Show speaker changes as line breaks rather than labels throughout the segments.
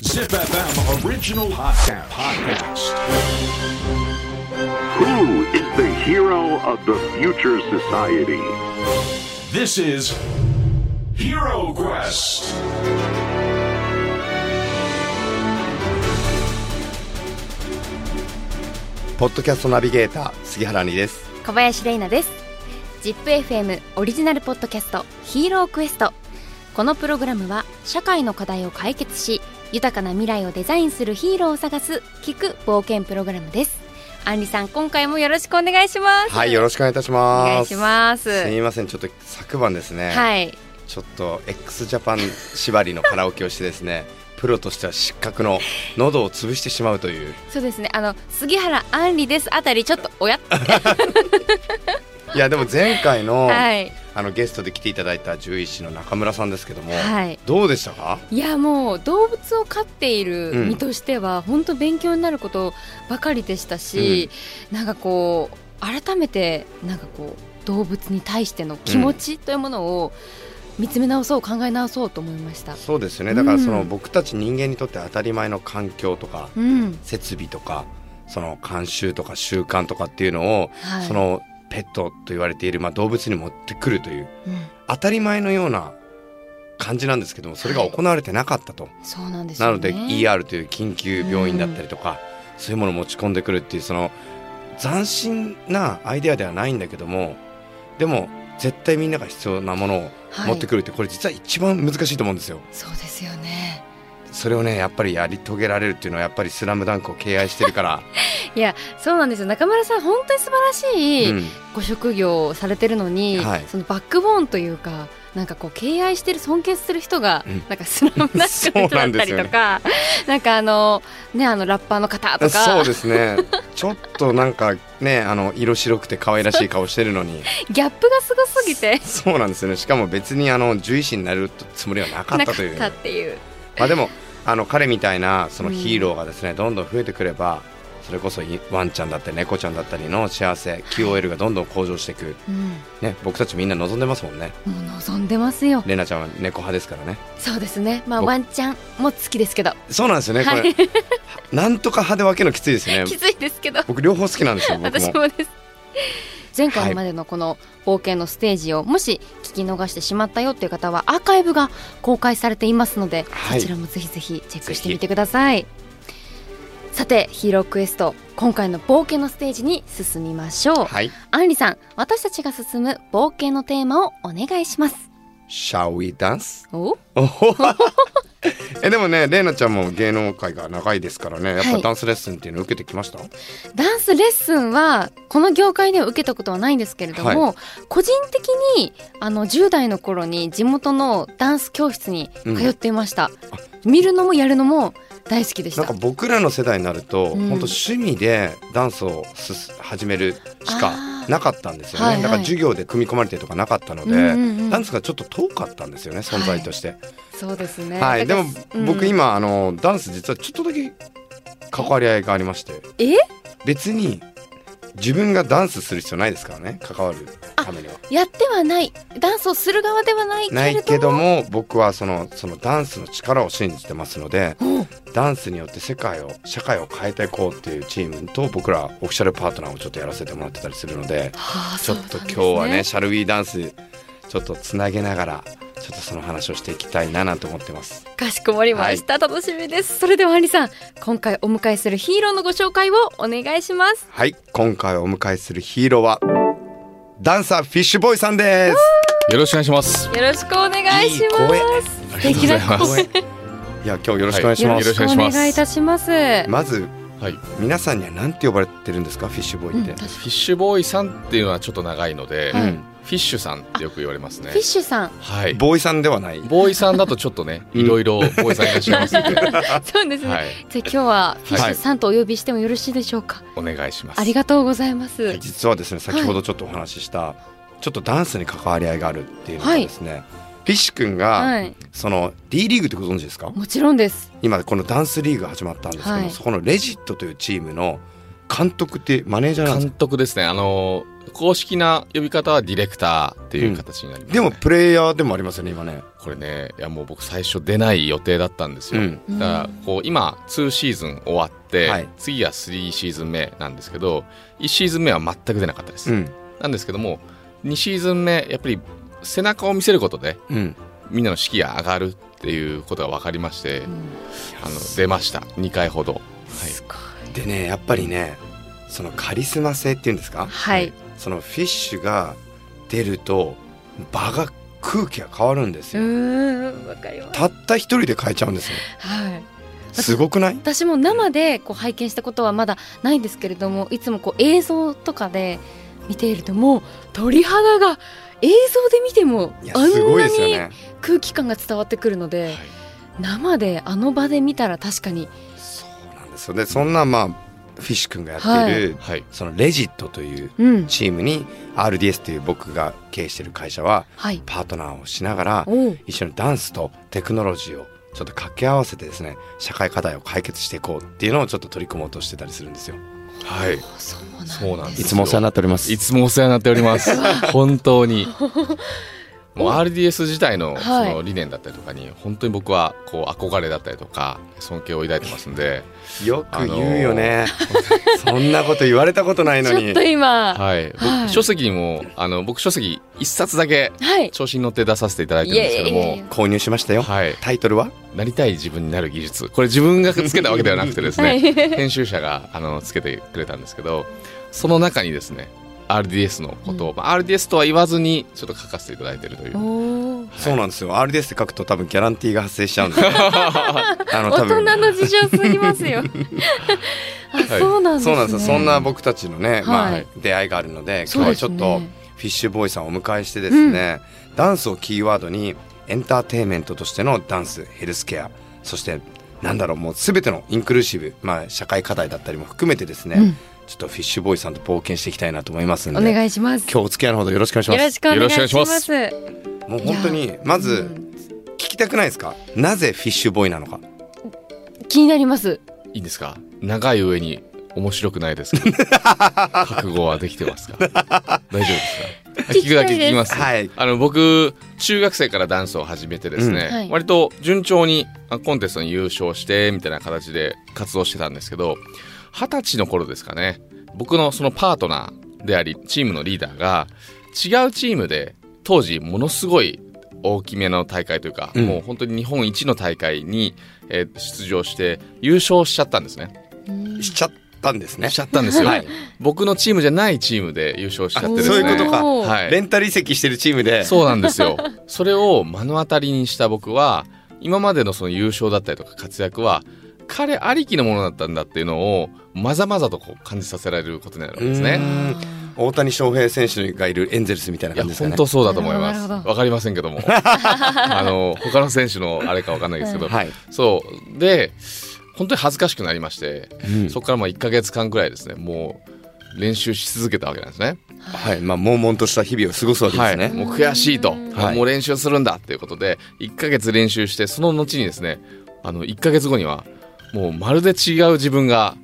ZipFM Original Podcast. Podcast.
Who is the hero of the future society?
This is Hero Quest.
ポッドキャストナビゲーター杉原にです。
小林玲奈です ZIPFM オリジナルポッドキャスト「ヒーロークエスト」このプログラムは社会の課題を解決し豊かな未来をデザインするヒーローを探す聞く冒険プログラムですアンリさん今回もよろしくお願いします
はい、よろしくお願いいたします。
お願いします
すみません、ちょっと昨晩ですね。
はい
ちょっと X ジャパン縛りのカラオケをしてですね。 プロとしては失格の喉を潰してしまうという。
そうですねあの杉原アンリですあたりちょっとおや
いや、でも前回の、
はい
あのゲストで来ていただいた獣医師の中村さんですけども。
はい
どうでしたか。
いやもう動物を飼っている
うん
身としては本当勉強になることばかりでしたし、なんかこう改めてなんかこう動物に対しての気持ちというものを見つめ直そう考え直そうと思いました。
そうですよね。だから、その、
うん
僕たち人間にとって当たり前の環境とか、
うん、
設備とか。その慣習とか習慣とかっていうのを、
はい、
そのペットと言われている、まあ、動物に持ってくるという
うん
当たり前のような感じなんですけどもそれが行われてなかったと、
そうなんです
な
よ、
の
ね。
で ER という緊急病院だったりとか、そういうものを持ち込んでくるっていうその斬新なアイデアではないんだけどもでも絶対みんなが必要なものを
はい
持ってくるって、これ実は一番難しいと思うんですよ。
そうですよね。
それをねやっぱりやり遂げられるっていうのはやっぱり「スラムダンクを敬愛してる から、
いやそうなんですよ中村さん本当に素晴らしい、
うん
ご職業をされてるのに、
はい
そのバックボーンというかなんかこう敬愛してる尊敬する人が、
うん
なんかスラムダンクの人だったりとかなん,、かあのねあのラッパーの方と
そう
か
です ねちょっとなんかねあの色白くて可愛らしい顔してるの に
ギャップがすごすぎて
そうなんですよねしかも別にあの獣医師になるつもりはなかっ
な
た
かっ
という
たっていう
まあでもあの彼みたいなそのヒーローがですね、どんどん増えてくればそれこそいワンちゃんだったり猫ちゃんだったりの幸せ QOL がどんどん向上していく、
うん、
ね、僕たちみんな望んでますもんね
もう望んでますよ
玲奈ちゃんは猫派ですからね
そうですねまあ
僕
ワンちゃんも好きですけど
そうなんですよねこれ、
はい
なんとか派で分けるのきついですね
きついですけど
僕両方好きなんですよ僕
私
も
もです前
は
回
い
までのこの冒険のステージをもし聞き逃してしまったよっていう方はアーカイブが公開されていますので、
はい
そちらもぜひぜひチェックしてみてくださいさてヒーロークエスト今回の冒険のステージに進みましょう、
はい
アンリさん私たちが進む冒険のテーマをお願いします
Shall we dance?
お
おほ えでもね玲奈ちゃんも芸能界が長いですからねやっ
は
ぱ
い
ダンスレッスンっていうのを受けてきました、
ダンスレッスンはこの業界では受けたことはないんですけれども、個人的にあの10代の頃に地元のダンス教室に通っていました、見るのもやるのも大好きでし
なん
た
か僕らの世代になると、
ん
本当趣味でダンスをすす始めるしか
あー
なかったんですよね、
はいはい
だから授業で組み込まれてとかなかったので、
うんうんうん
ダンスがちょっと遠かったんですよね存在としては
そうですね
い、で
だか
も
ら、うん
僕今あのダンス実はちょっとだけ関わり合いがありまして
え
別に自分がダンスする必要ないですからね関わるためには
やってはないダンスをする側ではないけ
な
れども
いけども僕はそのそのダンスの力を信じてますので
お
ダンスによって世界を社会を変えていこうっていうチームと僕らオフィシャルパートナーをちょっとやらせてもらってたりするので
はあ
ちょっと今日はね「シャルウィーダンス」ちょっとつなげながらちょっとその話をしていきたいななんて思ってます
かしこまりました、楽しみですそれではアンリさん今回お迎えするヒーローのご紹介をお願いします
はい今回お迎えするヒーローはダンサーフィッシュボーイさんです
よろしくお願いします。
よろしくお願いします
ありがとうございます。
いや今日よろしくお願いし
よ
ま
ろ
す、
しくお願いいたします。フ
まず
はい。フ
皆さんには何て呼ばれてるんですかフィッシュボーイって、
う
ィッシュボーイさんっていうのはちょっと長いので、
はい
うん
フィッシュさんってよく言われますね
ィッ。シュさん、
はい。
ボーイさんではない
ボーイさんだとちょっとね、いろいろボーイさんいらっしゃいますので、は
そうですね。じ
い。
ゃあ今日はフィッシュさんとお呼びしてもよろしいでしょうか。
お願いします。
ありがとうございます。
実はですね先ほどちょっとお話しした、ちょっとダンスに関わり合いがあるっていうのがですね、フィッシュ君が、
はい、
その D リーグってご存知ですか
もちろんです。
今このダンスリーグが始まったんですけども、
はい
そこのレジットというチームの監督ってマネージャーなんです
監
か
督ですね。あの公式な呼び方はディレクターっていう形になります、
で
ね
もプレイヤーでもありますよね今ね
これねいやもう僕最初出ない予定だったんですよ、
うん
だからこう今2シーズン終わって、
はい
次は3シーズン目なんですけど1シーズン目は全く出なかったです、
うん
なんですけども2シーズン目やっぱり背中を見せることで
うん
みんなの士気が上がるっていうことが分かりまして、あの出ました2回ほど、はい、
すごい
でねやっぱりねそのカリスマ性っていうんですか
はい
そのフィッシュが出ると場が空気が変わるんです
う
よ、
ーんわかります
たった一人で変えちゃうんですよ
はい
すごくない
私も生でこう拝見したことはまだないんですけれどもいつもこう映像とかで見ているともう鳥肌が映像で見ても
いや
あん
すごいで
な
すよ
に
ね
空気感が伝わってくるので、
はい
生であの場で見たら確かに
そうなんですよでそんなまあフィッシュ君がやっている、
はい
そのレジットという
うん
チームに RDS という僕が経営している会社は
はい
パートナーをしながら
おう
一緒にダンスとテクノロジーをちょっと掛け合わせてですね社会課題を解決していこうっていうのをちょっと取り組もうとしてたりするんですよ
はい
そうなんです
い
ね
つもお世話に
なっております
いつもお世話になっております。 本当に。もう RDS 自体のそ
はい
の理念だったりとかに本当に僕はこう憧れだったりとか尊敬を抱いてますんで、
よく言うよね、そんなこと言われたことないの
ちょ
に
っと今は
はい、僕
はい
書籍にもあの僕書籍一冊だけ
い、
調子に乗って出させていただいてるんですけど
いえいえい
も
え、
購入しましたよ、
はい、
タイトルは
なりたい自分になる技術これ自分がつけたわけではなくてですね、
はい
編集者があのつけてくれたんですけどその中にですね RDS のことを、まあ、RDS とは言わずにちょっと書かせていただいてるという
おお
そうなんですよ RDS って書くと多分ギャランティーが発生しちゃうんです よあ
大人の事情すぎますよあ、
い
そうなんです
そう
ね
なんですよそんな僕たちのね、ま
は
あ
い、
出会いがあるので
そう
今日は
で
ち
す
ょっ
ね
とフィッシュボーイさんをお迎えしてですね、ダンスをキーワードにエンターテインメントとしてのダンスヘルスケアそしてなんだろうもう全てのインクルーシブ、まあ、社会課題だったりも含めてですね、
うん
ちょっとフィッシュボーイさんと冒険していきたいなと思いますんで
お願いします
今日お付き合いのほどよろしくお願いし
よ
ま
ろ
す
しくお願い
よろ
し
しくお願
ま
いします
す
もう本当にま
う
ず
ん
聞きたくないですかなぜフィッシュボーイなのか
気になります
いいんですか長い上に面白くないですけ ど覚悟はできてますか大丈夫ですか
聞きたいです
聞きます、
はい
あの僕中学生からダンスを始めてですね、
うんはい
割と順調にあコンテストに優勝してみたいな形で活動してたんですけど二十歳の頃ですかね僕のそのパートナーでありチームのリーダーが違うチームで当時ものすごい大きめの大会というか、
うん
もう本当に日本一の大会に、えー出場して優勝しちゃったんですね。
しちゃったんですね
しちゃったんですよ、
はい
僕のチームじゃないチームで優勝しちゃってですね
そういうことか
おー
はい
レンタル移籍してるチームで
そうなんですよそれを目の当たりにした僕は今までのその優勝だったりとか活躍は彼ありきのものだったんだっていうのをまざまざとこう感じさせられることになるわけです
う
ね
ん大谷翔平選手がいるエンゼルスみたいない
や
感じですか
本
ね
当そうだと思いま
なるほ
す
どなるほど
わかりませんけどもあの他の選手のあれかわかんないですけど、
はい、
そうで本当に恥ずかしくなりまして、
うん
そこからまあ1か月間くらいですねもう練習し続けたわけなんですね
はいまあ悶々とした日々を過ごすわけですね、
はい、もう悔しいと、
はい
もう練習するんだっていうことで1ヶ月練習してその後にですねあの1ヶ月後にはもうまるで違う自分が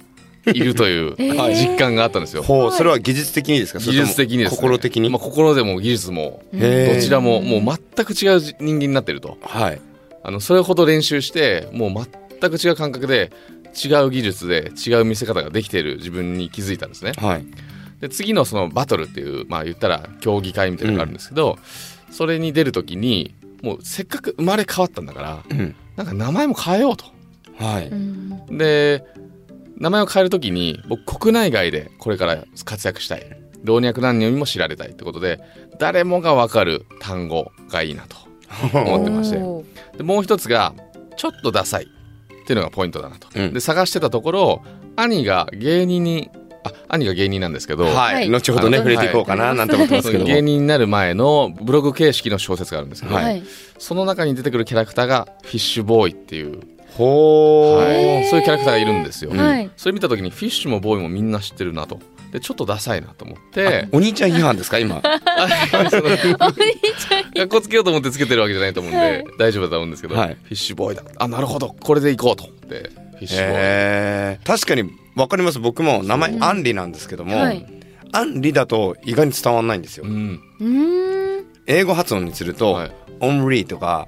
いるという
ー
はい実感があったんですよ。
ほうそれは技術的にですかそ
技
れとも
術的にです、ね、
心的に、
まあ、心でも技術も
へー
どちらももう全く違う人間になってると
はい
あのそれほど練習してもう全く違う感覚で違う技術で違う見せ方ができている自分に気づいたんですね。
はい
で次のそのバトルっていうまあ言ったら競技会みたいなのがあるんですけど、それに出る時にもうせっかく生まれ変わったんだから
うん
なんか名前も変えようと。
はい、
うん
で名前を変える時に僕国内外でこれから活躍したい老若男女にも知られたいってことで誰もが分かる単語がいいなと思ってまして
おー
でもう一つがちょっとダサいっていうのがポイントだなと、
うん
で探してたところ兄が芸人にあ兄が芸人なんですけど、
はい後ほどね
はい
触れていこうかな、なんて思ってますけども
芸人になる前のブログ形式の小説があるんですけど、
はい
はい
その中に出てくるキャラクターがフィッシュボーイっていう、
ほう、
はいそういうキャラクターがいるんですよ、
はい
それ見た時にフィッシュもボーイもみんな知ってるなとでちょっとダサいなと思って
お兄ちゃん批判ですか 今
学校つけようと思ってつけてるわけじゃないと思うんで、
はい
大丈夫だと思うんですけど、
はい
フィッシュボーイだあなるほどこれでいこうと思ってフィッシュボーイ、
えー、確かにわかります僕も名前アンリなんですけども、
はい
アンリだと意外に伝わんないんですよ。
うん
うーん
英語発音にすると、
はい
オンリーとか、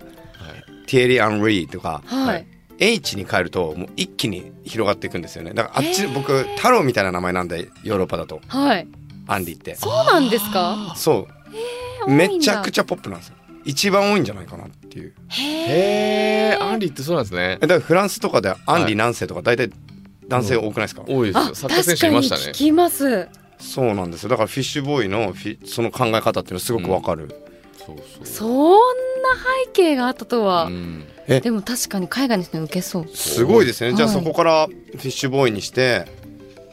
ティエリー・アンリーとか、
はい、
はい
H に変えるともう一気に広がっていくんですよねだからあっち、
へー
僕太郎みたいな名前なんでヨーロッパだと
はい。
アンリって
そうなんですか。
そう
多いんだ
めちゃくちゃポップなんですよ一番多いんじゃないかなっていう
へえアンリってそうなんですね
えだからフランスとかでアン
は
リ
い
何世とか大体男性多くないですか、
多いです
あ、
よサッカー選
確
手
か
い
に
ましたね
聞きます。
そうなんですよだからフィッシュボーイのフィその考え方っていうのすごくわかる、
そう
そんな背景があったとは。
うん
え
でも確かに海外の人に受けそう。
すごいですね、じゃあ
はい
そこからフィッシュボーイにして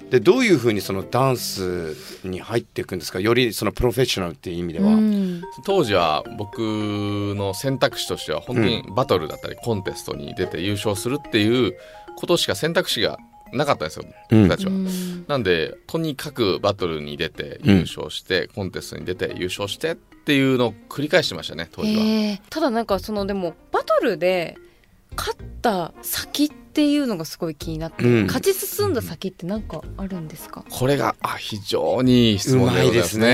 でどういうふうにそのダンスに入っていくんですかよりそのプロフェッショナルっていう意味では、
うん。
当時は僕の選択肢としては本当にバトルだったりコンテストに出て優勝するっていうことしか選択肢がなかったんですよ
うん
僕た
う
ちは。
ん
なんでとにかくバトルに出て優勝して、コンテストに出て優勝してっていうのを繰り返してましたね当時は。
へえ。ただなんかそのでもバトルで勝った先っていうのがすごい気になって、
うん
勝ち進んだ先ってなんかあるんですか。
これがあ非常にいい質
う
問
ま
で
い
ござい
で
ますす
ね
ね。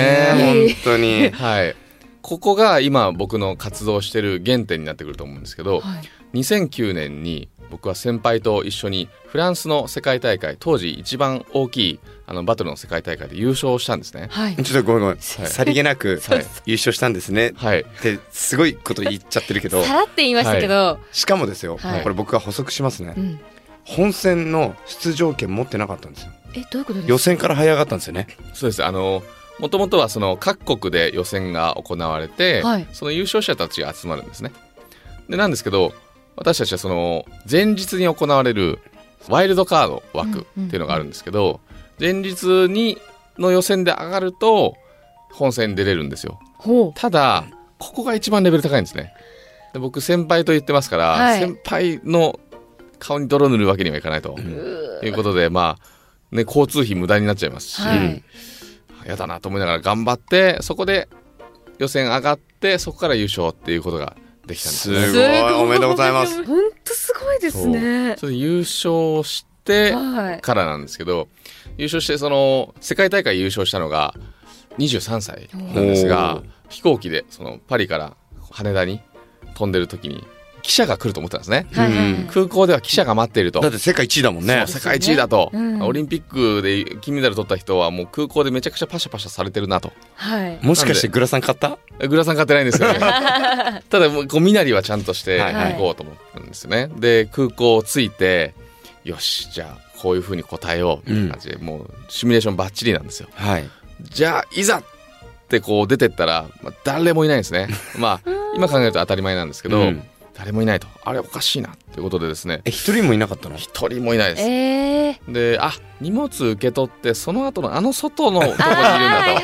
ええ
本当に
はい、ここが今僕の活動してる原点になってくると思うんですけど、
はい。
2009年に僕は先輩と一緒にフランスの世界大会当時一番大きいあのバトルの世界大会で優勝したんですね。
はい。
ちょっとごめんごめん、さりげなく
はい
優勝したんですね
はい、
ってすごいこと言っちゃってるけど
さらって言いましたけど、
しかもですよ、
はい
これ僕が補足しますね
うん。
本戦の出場権持ってなかったんですよ
えどういうことですか。
予選から這い上がったんですよね
そうですあのもともとはその各国で予選が行われて、
はい
その優勝者たちが集まるんですね。でなんですけど私たちはその前日に行われるワイルドカード枠っていうのがあるんですけど、前日にの予選で上がると本戦に出れるんですよ。
ほ
ただここが一番レベル高いんですね。で僕先輩と言ってますから、
はい
先輩の顔に泥塗るわけにはいかないと、いうことでまあ、ね、交通費無駄になっちゃいますし、
う。はい。
うん
やだなと思いながら頑張ってそこで予選上がってそこから優勝っていうことができたんです
す
ね
ごいおめでとうございます。
本当すごいですね。
それで優勝して
はい。
からなんですけど優勝してその世界大会優勝したのが23歳なんです
お
が
ー
飛行機でそのパリから羽田に飛んでる時に記者が来ると思ってたんですね
はいはいはい
うん
空港では記者が待っていると
だって世界一位だもんね
そう世界一位だと、
うん
オリンピックで金メダル取った人はもう空港でめちゃくちゃパシャパシャされてるなと
はい。
もしかしてグラさん買った
グラさん買ってないんで すよねただもうこう身なりはちゃんとして
はい
はい
行こうと思ったんですよね、で空港を着いてよしじゃあこういうふうに答えようみたいな感じで、もうシミュレーションばっちりなんですよ
はい
じゃあいざってこう出てったら、まあ、誰もいないんで すねまあ今考えると当たり前なんですけど、
うん
誰もいないとあれおかしいなっていうことでですね
え一人もいなかったの
一人もいないです
ええ。
であ荷物受け取ってその後のあの外のとこにいるん
あーはい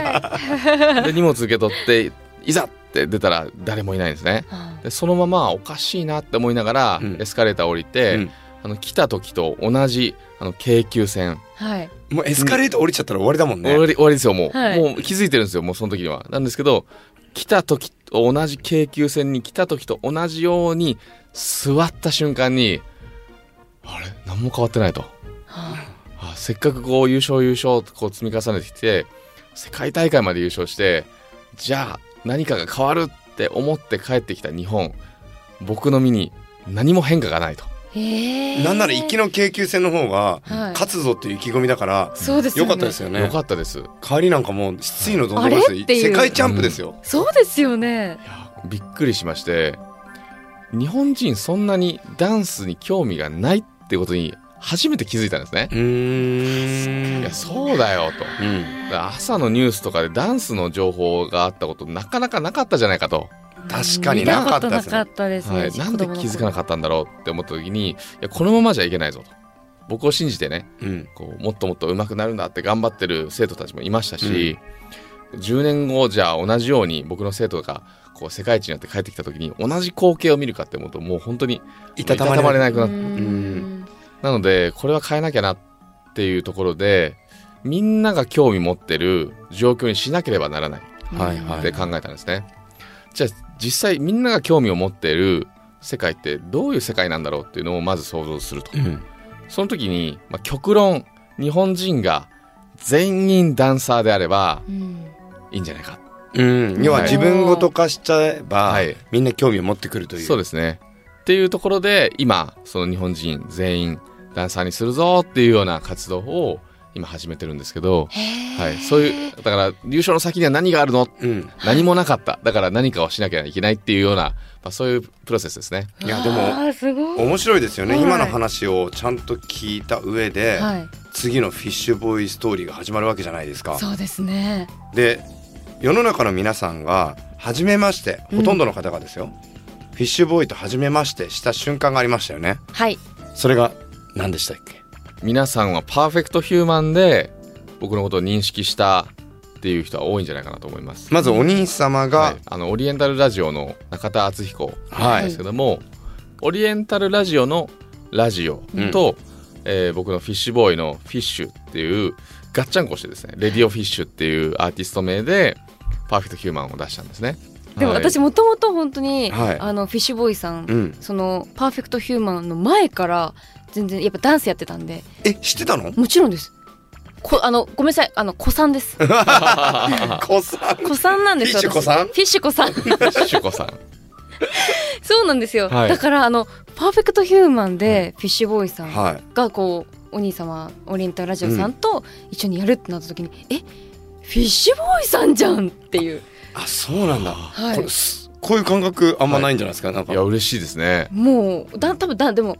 だ
はいはいはい
とで荷物受け取っていざって出たら誰もいないんですね
あ
でそのままおかしいなって思いながら
うん
エスカレーター降りて、
うん
あの来た時と同じあの京急線、
はい。
もうエスカレーター降りちゃったら終わりだもんね
終わり終わりですよもう、
はい
もう気づいてるんですよもうその時にはなんですけど来た時と同じ京急線に来た時と同じように座った瞬間にあれ何も変わってないと
は
あせっかくこう優勝優勝とこう積み重ねてきて世界大会まで優勝してじゃあ何かが変わるって思って帰ってきた日本僕の身に何も変化がないと
あええ。
なんなら行きの京急線の方が
はい
勝つぞっていう意気込みだから
そうですよ
良
ね
かったですよね
よかったです
帰りなんかもう失意のどんどんです
あれ
よ
っていう
世界チャンプですよ
そうですよね。
びっくりしまして日本人そんなにダンスに興味がないってことに初めて気づいたんですね
うーん
いやそうだよと
うん
朝のニュースとかでダンスの情報があったことなかなかなかったじゃないかと
確かに
見た
なか
こ
った
と
で
な
す
か
ね
ったです
は
ね。
い、なんで気づか
か
な
っ
かったんだろうって思った時にいやこのままじゃいけないぞと僕を信じてね
うん
こうもっともっと上手くなるんだって頑張ってる生徒たちもいましたし、10年後じゃあ同じように僕の生徒がこう世界一になって帰ってきた時に同じ光景を見るかって思うともう本当に
いたたまれない
れなく
た
なっ
うん。
なのでこれは変えなきゃなっていうところでみんなが興味持ってる状況にしなければならない
はいは
っ
い
て考えたんですね。じゃあ実際みんなが興味を持っている世界ってどういう世界なんだろうっていうのをまず想像すると。
うん
その時に、まあ、極論日本人が全員ダンサーであれば
うん
いいんじゃないか
うん、要は自分ごと化しちゃえば、
はい
みんな興味を持ってくるという
そうですすねっていうところで今その日本人全員ダンサーにするぞっていうような活動を今始めてるんですけど、はい、そういうだから優勝の先には何があるの
うん
何もなかっただから何かをしなきゃいけないっていうような、まあ、そういうプロセスですね
いやでも
あすごい
面白いですよね、
はい
今の話をちゃんと聞いた上で、
はい
次のフィッシュボーイストーリーが始まるわけじゃないですか
そうですね
で世の中の皆さんが初めましてほとんどの方がですよ、フィッシュボーイと初めましてした瞬間がありましたよね
はい
それが何でしたっけ
皆さんはパーフェクトヒューマンで僕のことを認識したっていう人は多いんじゃないかなと思います、
まずお兄様が、
はい、あのオリエンタルラジオの中田敦彦
はい
ですけども、オリエンタルラジオのラジオと、えー僕のフィッシュボーイのフィッシュっていうガッチャンコしてですねレディオフィッシュっていうアーティスト名でパーフェクトヒューマンを出したんですね
でも
はい
私もともと本当に、
はい
あのフィッシュボーイさん、
うん
そのパーフェクトヒューマンの前から全然やっぱダンスやってたんで
え知ってたの
もちろんですこあのごめんなさいあの子さんです
子さん
子さんなんです
フィッシュ
私
子さん
フィッシュ子さん
フィッシュコさん
そうなんですよ、
はい
だからあのパーフェクトヒューマンでフィッシュボーイさん
はい
がこうお兄様オリエンタルラジオさんと一緒にやるってなった時に、えフィッシュボーイさんじゃんっていう
あそうなんだ、
はい
これすこういう感覚あんまないんじゃないですか、なん
いや
か
嬉しいですね
もうだ多分だでも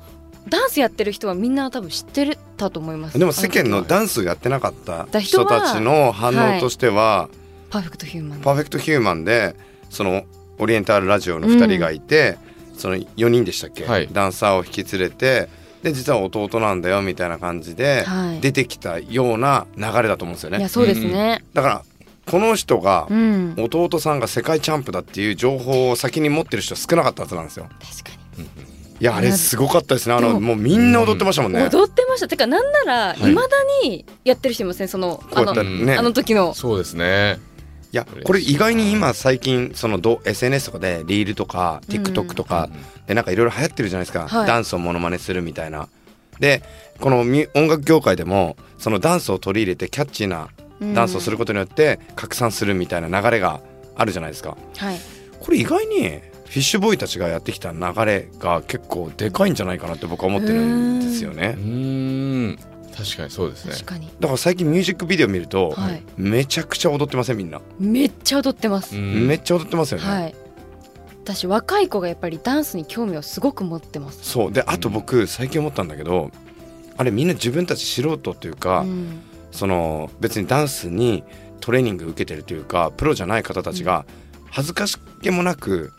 ダンスやってる人はみんな多分知ってるたと思います
でも世間の
あ時は
ダンスをやってなかった
だ人
人
は
たちの反応としては、
パーフェクトヒューマン
パーフェクトヒューマンでそのオリエンタルラジオの2人がいて、その4人でしたっけ、
はい
ダンサーを引き連れてで実は弟なんだよみたいな感じで
はい
出てきたような流れだと思うんですよね、
いやそうですね
だからこの人が
うん、
弟さんが世界チャンプだっていう情報を先に持ってる人は少なかったはずなんですよ
確か
いやあれすごかったですねあ
で
の
も
もうみんな踊ってましたもん
に、
ね
踊ってましたてかなんなら
はい
未だにやってる人いませんその
こ
あ
うや
の,、
ってね
あの時の
そうですね
いやこれ意外に今最近そのど SNS とかでリールとか TikTok とかでなんかいろいろ流行ってるじゃないですか、
はい
ダンスをモノマネするみたいな。でこのミュ音楽業界でもそのダンスを取り入れてキャッチーなダンスをすることによって拡散するみたいな流れがあるじゃないですか。
はい
これ意外にフィッシュボーイたちがやってきた流れが結構でかいんじゃないかなって僕は思ってるんですよ
う
ね。
ーん確かにそうですね
確かに
だから最近ミュージックビデオ見ると、
はい
めちゃくちゃ踊ってませんみんな、
めっちゃ踊ってます、
うん
めっちゃ踊ってますよね。
はい私若い子がやっぱりダンスに興味をすごく持ってます
そうであと僕最近思ったんだけどあれみんな自分たち素人っていうか、
うん
その別にダンスにトレーニング受けてるというかプロじゃない方たちが恥ずかしげもなく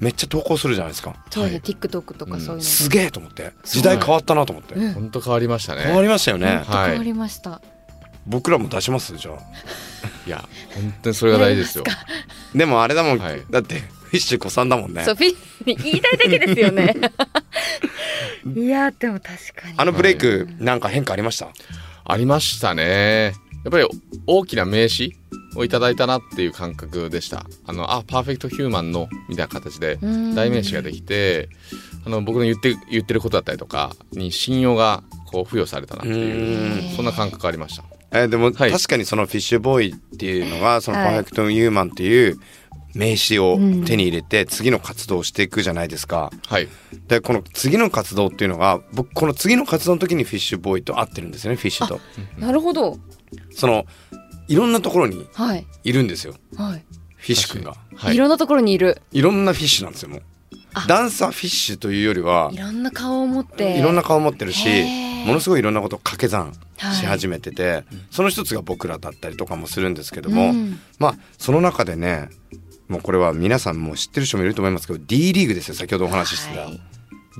めっちゃ投稿するじゃないですか
そうね、
はい
TikTok とかそういうの、
すげえと思って時代変わったなと思って、
うん
本当変わりましたね
変わりましたよね、
うんはい
変わりました、
僕らも出しますじゃあ
いや本当にそれが大事ですよ
でもあれだもん、
はい
だってフィッシュ子さんだもんね
そうフィ言いたいだけですよねいやでも確かに
あのブレイクなんか変化ありました、
ありましたね。やっぱり大きな名刺をいただいたなっていう感覚でした。あの、あ、パーフェクトヒューマンの、みたいな形で
うん、
代名詞ができて、あの、僕の言って、言ってることだったりとかに信用が、こう、付与されたなっていう
ん
う、そんな感覚ありました。
えーでも、
はい
確かにそのフィッシュボーイっていうのがその
は
パ
い
ーフェクトユーマンっていう名刺を手に入れて次の活動をしていくじゃないですか。
はい。
でこの次の活動っていうのが僕この次の活動の時にフィッシュボーイと会ってるんですよねフィッシュと。
なるほど
そのいろんなところに
はい
いるんですよ
はい、、
フィッシュ君が。
はいい。
ろんなところにいる
いろんなフィッシュなんですよもう
あ。
ダンサーフィッシュというよりはい
ろんな顔を持って
いろんな顔持ってる
へ
し
ー
ものすごいいろんなことを掛け算し始めてて、その一つが僕らだったりとかもするんですけども、
うん
まあその中でねもうこれは皆さんも知ってる人もいると思いますけど D リーグですよ先ほどお話ししてた、
はい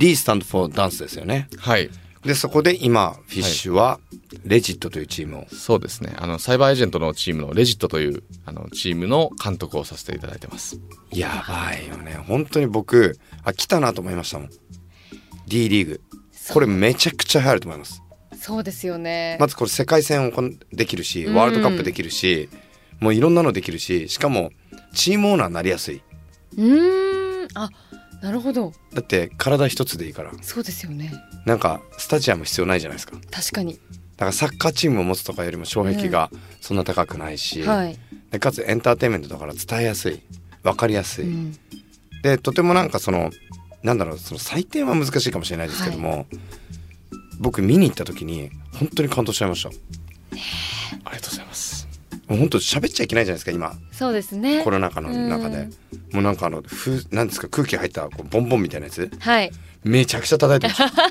D スタンドフォーダンスですよね
はい。
でそこで今フィッシュはレジットというチームを、
そうですね。あの、サイバーエージェントのチームのレジットという、あの、チームの監督をさせていただいてます。
やばいよね本当に僕あ来たなと思いましたもん D リーグこれめちゃくちゃ流行ると思います
そうですよね、
まずこれ世界戦をこんできるしワールドカップできるし、もういろんなのできるししかもチームオーナーになりやすいう
ーんあなるほど
だって体一つでいいから
そうですよね
なんかスタジアム必要ないじゃないですか
確かに
からサッカーチームを持つとかよりも障壁がそんな高くないし、
はい、
でかつエンターテインメントだから伝えやすい分かりやすい、
うん
でとてもなんかそのなんだろうその採点は難しいかもしれないですけども、僕見に行った時に本当に感動しちゃいました
ありがとうございます
もう本当喋っちゃいけないじゃないですか今
そうですね
コロナ禍の中で、
うん
もうなんかあのふなんですか空気入ったこうボンボンみたいなやつ
はい
めちゃくちゃ叩いてました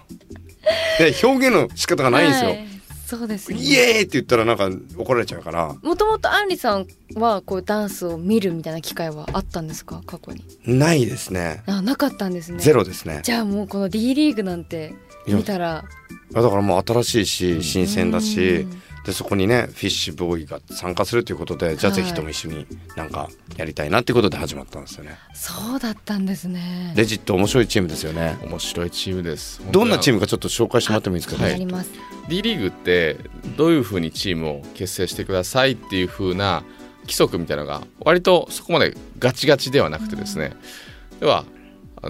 で表現の仕方がないんですよ、
はいそうですよね
イエーイって言ったらなんか怒られちゃうから
もともとアンリさんはこうダンスを見るみたいな機会はあったんですか過去に
ないですね
あなかったんですね
ゼロですね
じゃあもうこの D リーグなんて見たら
だからもう新しいし新鮮だし、
うん
でそこにねフィッシュボーイが参加するということでじゃあ
はい
ぜひとも一緒になんかやりたいなっていうことで始まったんですよね
そうだったんですね
レジット面白いチームですよね
面白いチームです
どんなチーム
ム
かちょっと紹介してもらってもいいですか
気になり
ね
ます
D リーグってどういうふうにチームを結成してくださいっていうふうな規則みたいなのが割とそこまでガチガチではなくてですね、では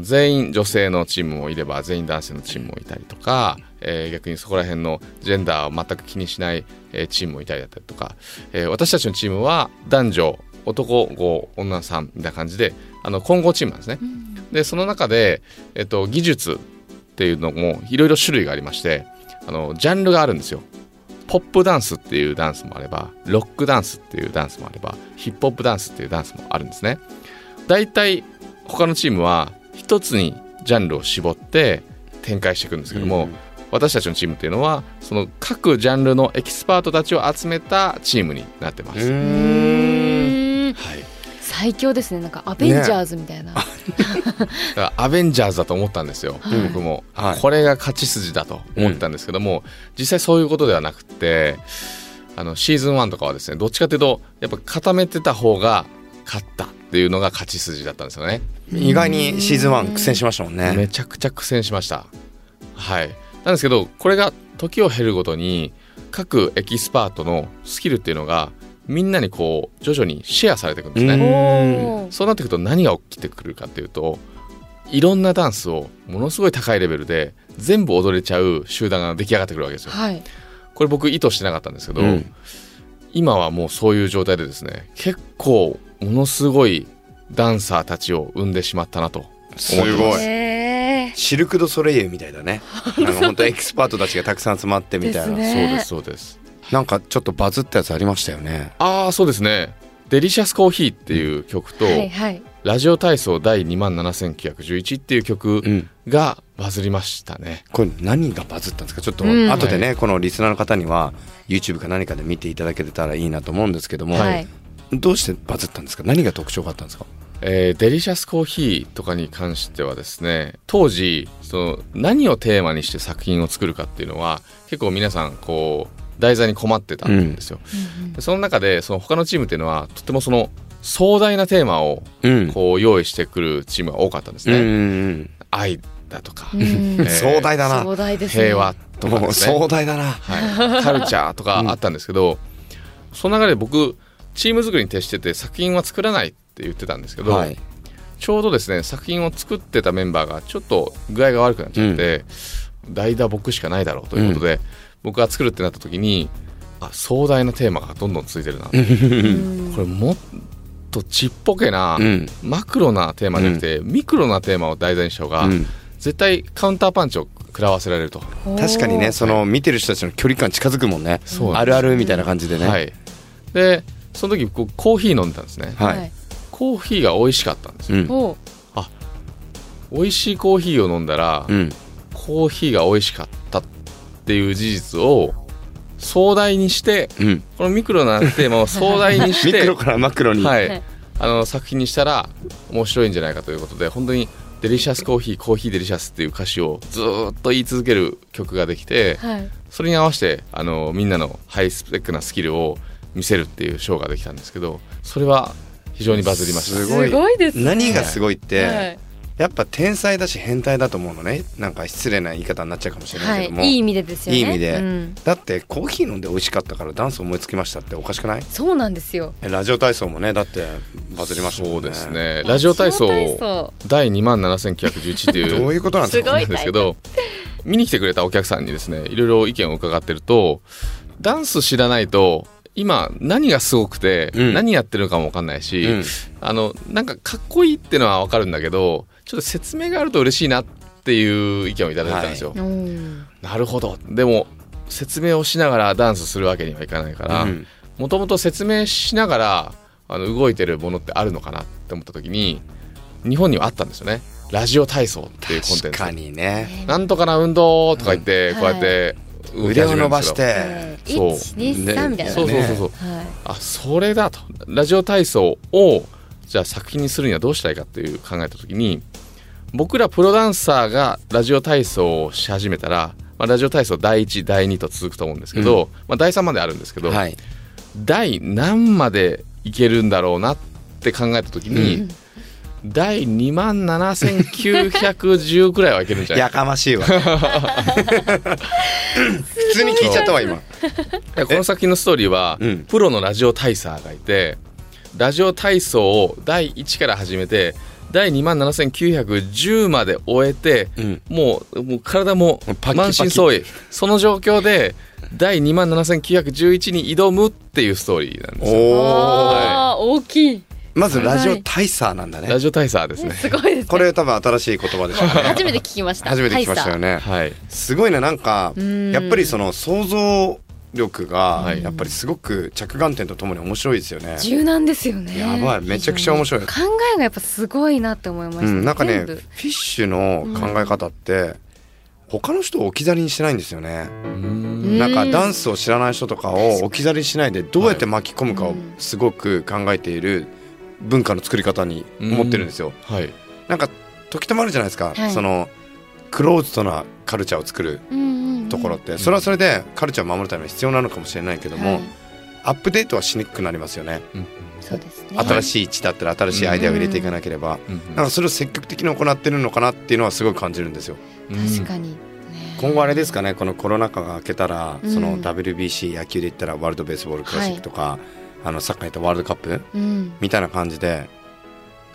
全員女性のチームもいれば全員男性のチームもいたりとか、えー逆にそこら辺のジェンダーを全く気にしない、えーチームもいたりだったりとか、えー私たちのチームは男女男5女3みたいな感じであの混合チームなんですね。でその中で、えっと、技術っていうのもいろいろ種類がありましてあのジャンルがあるんですよ。ポップダンスっていうダンスもあればロックダンスっていうダンスもあればヒップホップダンスっていうダンスもあるんですね。大体他のチームは一つにジャンルを絞って展開していくんですけども、
うん
私たちのチームっていうのはその各ジャンルのエキスパートたちを集めたチームになってま
うー
す。
ん
うん
はい
最強ですねなんかアベンジャーズみたいな、
だからアベンジャーズだと思ったんですよ、
はい
僕も、
はい
これが勝ち筋だと思ってたんですけども、実際そういうことではなくてあのシーズン1とかはですねどっちかというとやっぱ固めてた方が勝ったっていうのが勝ち筋だったんですよね
意外にシーズン1苦戦しましたもん
め
ね
ちゃくちゃ苦戦しましたはいなんですけどこれが時を経るごとに各エキスパートのスキルっていうのがみんなにこう徐々にシェアされていくんですね、
うん
おー
そうなってくると何が起きてくるかっていうといろんなダンスをものすごい高いレベルで全部踊れちゃう集団が出来上がってくるわけですよ。
はい
これ僕意図してなかったんですけど、
うん
今はもうそういう状態でですね結構ものすごいダンサーたちを生んでしまったなと
すごい
え
シルク・ドゥ・ソレイユみたいだねなんか本当エキスパートたちがたくさん集まってみたいな、
ですね
そうですそうです
なんかちょっとバズったやつありましたよね
ああそうですね「デリシャスコーヒー」っていう曲と「
はいはい
ラジオ体操第2万7911」っていう曲
うん
がバズりましたね、
これ何がバズったんですかちょっと
うん
後でね、このリスナーの方には YouTube か何かで見ていただけてたらいいなと思うんですけども、
はい
どうしてバズったんですか何が特徴があったんですか
えーデリシャスコーヒーとかに関してはですね当時その何をテーマにして作品を作るかっていうのは結構皆さんこう題材に困ってたんですよ、でその中でその他のチームっていうのはとてもその壮大なテーマを
うん
こう用意してくるチームが多かったんです
うん
ね、
うん
愛だとか、
うん
えー
壮大だな、
壮大ですね
平和とか
も
で
う
すね
壮大だな
はい、カルチャーとかあったんですけど、その中で僕チーム作りに徹してて作品は作らないって言ってたんですけど、
はい
ちょうどですね作品を作ってたメンバーがちょっと具合が悪くなっちゃって、代打僕しかないだろうということで、僕が作るってなった時にあ壮大なテーマがどんどんついてるな、これもっとちっぽけな、
うん
マクロなテーマじゃなくて、ミクロなテーマを題材にした方が、
うん
絶対カウンターパンチを食らわせられると。
確かにねその見てる人たちの距離感近づくもんねあるあるみたいな感じでね、
はい、でその時僕コーヒー飲んでたんですね、
はい
コーヒーが美味しかったんです
う
よ
ん
お
美味しいコーヒーを飲んだら、
うん
コーヒーが美味しかったっていう事実を壮大にして
うん
このミクロな テーマを壮大にし
ミ
て
クロからマクロに、
はい
はい
あの作品にしたら面白いんじゃないかということで本当に「デリシャスコーヒーコーヒーデリシャス」っていう歌詞をずーっと言い続ける曲ができて
はい
それに合わせてあのみんなのハイスペックなスキルを見せるっていうショーができたんですけどそれは非常にバズりました
すごい
すごいですね
何がすごいって、
はい
やっぱ天才だし変態だと思うのねなんか失礼な言い方になっちゃうかもしれな
はい
け
い
ども、
いい意味でですよね
いい意味で、
うん
だってコーヒー飲んで美味しかったからダンス思いつきましたっておかしくない
そうなんですよ
えラジオ体操もねだってバズりました
そ
も
うん
ね
ですねラジオ体操
ラジオ体操
第2万7911っていう
どういうことなんです
な
か
んですけど見に来てくれたお客さんにですねいろいろ意見を伺ってるとダンス知らないと今何がすごくて、
うん
何やってるのかも分かんないし、
うん
あのなんかかっこいいってのは分かるんだけどちょっと説明があると嬉しいなっていう意見をいただいたんですよ。
おー
なるほどでも説明をしながらダンスするわけにはいかないから
うん
もともと説明しながらあの動いてるものってあるのかなって思った時に日本にはあったんですよねラジオ体操っていうコン
確
テンツ
かにね
なんとかな運動とか言って、
うん
こうやって動き
腕を
始め
伸
るんで
ば
す
し
けど
て
そう
123みたいな
そうそうそうそう、
はい
あそれだとラジオ体操をじゃあ作品にするにはどうしたらいいかっていう考えた時に僕らプロダンサーがラジオ体操をし始めたら、まあ、ラジオ体操第1第2と続くと思うんですけど、まあ、第3まであるんですけど、
はい
第何までいけるんだろうなって考えた時に、第2万7910くらいはいけるんじゃない
やかましいわ普通に聞いちゃったわ今
いやこの作品のストーリーは、
うん
プロのラジオ体操がいてラジオ体操を第1から始めて第2万7910まで終えて、
うん
もうもう体も
もうパキパキ
満身創痍その状況で第2万7911に挑むっていうストーリーなんですよ。
おお
あー大きい
まずラジオ大佐なんだね
ラジオ体操ですね。
すごいですね
これ多分新しい言葉でしょうね
初めて聞きました
初めて聞きましたよ
ね
ね
はい、
すごいねなんか
ん
やっぱりその想像力が
はい
やっぱりすごく着眼点とともに面白いですよね
柔軟ですよね
やばいめちゃくちゃ面白い
考えがやっぱすごいなって思いました、
うんなんかねフ
全部
ィッシュの考え方って他の人を置き去りにしてないんですよね
うん
なんかダンスを知らない人とかを置き去りにしないでどうやって巻き込むかをすごく考えている文化の作り方に思ってるんですよ。
はい
なんか時たまあるじゃないですか、
はい
そのクローズドなカルチャーを作る
うんうんうん
ところってそれはそれでカルチャーを守るために必要なのかもしれないけども、
はい
アップデートはしにくくなりますよね。
そうですね
新しい地だったら新しいアイデアを入れていかなければ、
うん
なんかそれを積極的に行ってるのかなっていうのはすごい感じるんですよ。
確かに、ね
今後あれですかねこのコロナ禍が明けたら、
うん
その WBC 野球で言ったらワールドベースボールクラシックとか、あのサッカーで言ったらワールドカップ
うん
みたいな感じで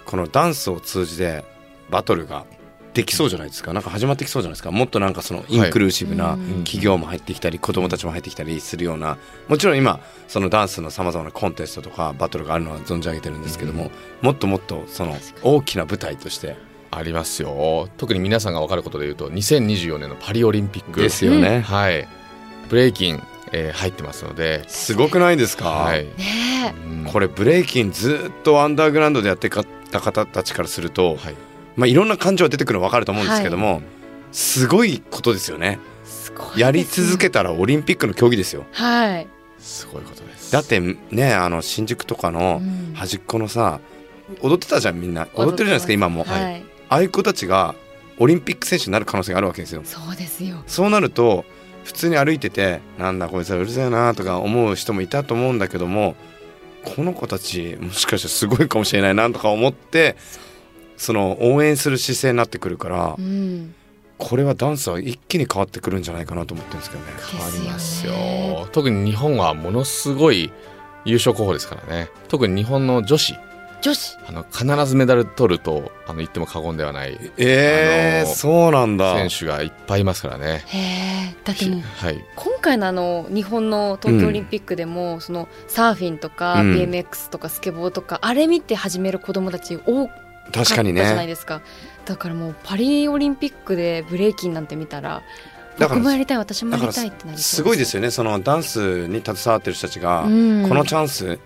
このダンスを通じてバトルができそうじゃないですかなんか始まってきそうじゃないですかもっとなんかそのインクルーシブ
う
なん企業も入ってきたり、子どもたちも入ってきたりするようなもちろん今そのダンスのさまざまなコンテストとかバトルがあるのは存じ上げてるんですけども、もっともっとその大きな舞台として
ありますよ特に皆さんが分かることで言うと2024年のパリオリンピック
ですよね、
はい、ブレイキン、えー入ってますので、
すごくないですか、
はい、
ね
うん
これブレイキンずっとアンダーグラウンドでやってかった方たちからすると、
はい、
まあ、いろんな感情が出てくるの分かると思うんですけども、すごいことですよね
えすごいですね
やり続けたらオリンピックの競技ですよ
はい
すごいことです。
だってねあの新宿とかの
うん
端っこのさ踊ってたじゃんみんな踊ってるじゃないですか今も、
はい、
ああいう子たちがオリンピック選手になる可能性があるわけですよ
そうですよ
そうなると普通に歩いててなんだこいつらうるせえなとか思う人もいたと思うんだけどもこの子たちもしかしたらすごいかもしれないなとか思ってその応援する姿勢になってくるから
うん
これはダンスは一気に変わってくるんじゃないかなと思ってるんですけどね。
変わりますよ
ですよ
特に日本はものすごい優勝候補ですからね。特に日本の女子、
女子
あの必ずメダル取るとあの言っても過言ではない
えー
あのー
そうなんだ
選手がいっぱいいますからね。
へえだってもう
はい、
今回のあの日本の東京オリンピックでも、そのサーフィンとか
うん
BMX とかスケボーとか、あれ見て始める子供たち多かっ
確
た
か
じ
に
ゃな
ね
いですかだからもうパリオリンピックでブレイキンなんて見たら
だから
僕もやりたい私も
だ
や
か
り
ら
たいってなり
すごいです
よ
よねそのダンスに携わってる人たちが、
うん
このチャンス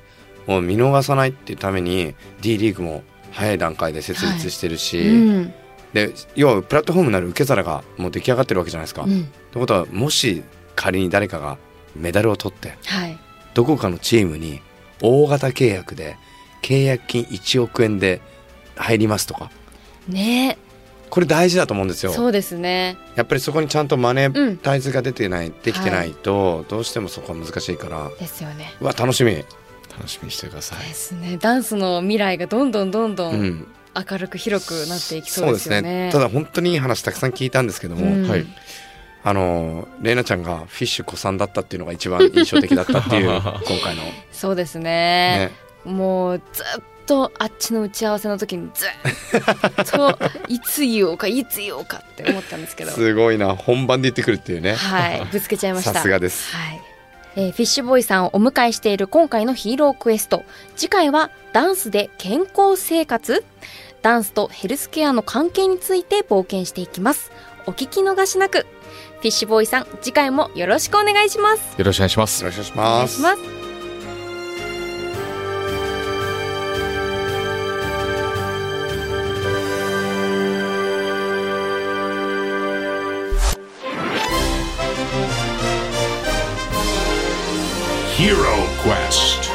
を見逃さないっていうために D リーグも早い段階で設立してるし、
うん
で要はプラットフォームになる受け皿がもう出来上がってるわけじゃないですか。
う
っ
ん
てことはもし仮に誰かがメダルを取って
はい
どこかのチームに大型契約で契約金1億円で入りますとか
ね
これ大事だと思うんですよ。
そうですね
やっぱりそこにちゃんとマネ
うん
タイズが出てない、できてないと、どうしてもそこは難しいから
ですよね
うわ楽しみ、
楽しみにしてください。
ですねダンスの未来がどんどんどんど
うんん、
明るく広くなっていきそうですよね,、
ただ本当にいい話たくさん聞いたんですけども、
うん
はい、
あのレイナちゃんがフィッシュ子さんだったっていうの が一番印象的だったっていう今回の、
そうです
ね
ね、もうずっとあっちの打ち合わせの時にずっ といつ言おうかいつ言おうかって思ったんですけど
すごいな本番で言ってくるっていうね
はいぶつけちゃいました
さすがです
はいえーフィッシュボーイさんをお迎えしている今回のヒーロークエスト次回はダンスで健康生活ダンスとヘルスケアの関係について冒険していきますお聞き逃しなくフィッシュボーイさん次回もよろしくお願いします
よろしくお願いします
よろしくお願いし
お願
ま
いし
す
ます
Hero Quest.